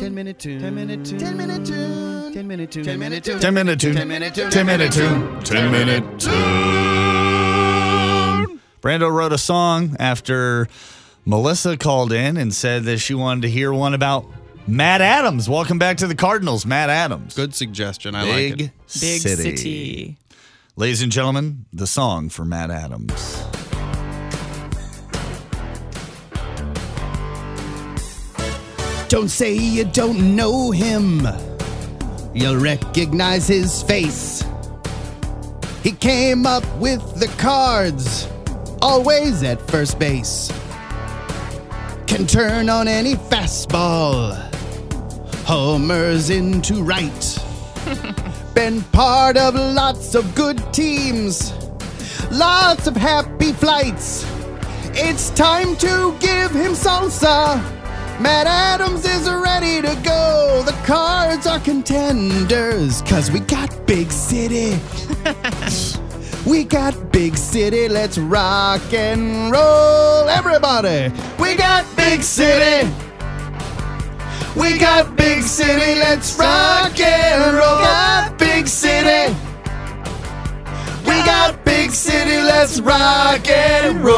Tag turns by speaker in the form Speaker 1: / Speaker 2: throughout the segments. Speaker 1: 10 minute tune. 10 minute tune. 10 minute tune. 10 minute tune. 10 minute tune.
Speaker 2: 10 minute tune.
Speaker 1: 10 minute tune.
Speaker 2: 10 minute tune. 10 minute tune. Brando wrote a song after Melissa called in and said that she wanted to hear one about Matt Adams. Welcome back to the Cardinals, Matt Adams.
Speaker 3: Good suggestion. I
Speaker 2: Big,
Speaker 3: like it.
Speaker 4: Big city. city.
Speaker 2: Ladies and gentlemen, the song for Matt Adams.
Speaker 1: Don't say you don't know him. You'll recognize his face. He came up with the cards, always at first base. Can turn on any fastball. Homers into right. Been part of lots of good teams, lots of happy flights. It's time to give him salsa. Matt Adams is ready to go. The cards are contenders, cause we got Big City. we got Big City. Let's rock and roll, everybody. We got Big City. We got Big City. Let's rock and roll. Got Big City. We got Big City. Let's rock and roll.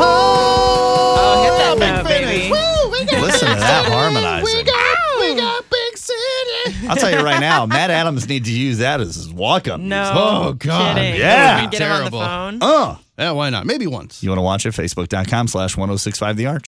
Speaker 1: Oh,
Speaker 4: hit that note, baby.
Speaker 1: Woo, we got
Speaker 2: Listen to that harmonizing.
Speaker 1: we got Big City.
Speaker 2: I'll tell you right now, Matt Adams needs to use that as his walk-up.
Speaker 4: No.
Speaker 2: music.
Speaker 3: Oh, God.
Speaker 4: Kidding.
Speaker 2: Yeah.
Speaker 4: Can we get him on the
Speaker 3: Terrible. Oh,
Speaker 4: phone?
Speaker 2: Uh,
Speaker 3: Yeah, why not? Maybe once.
Speaker 2: you want to watch it? Facebook.com slash 1065 The Arch.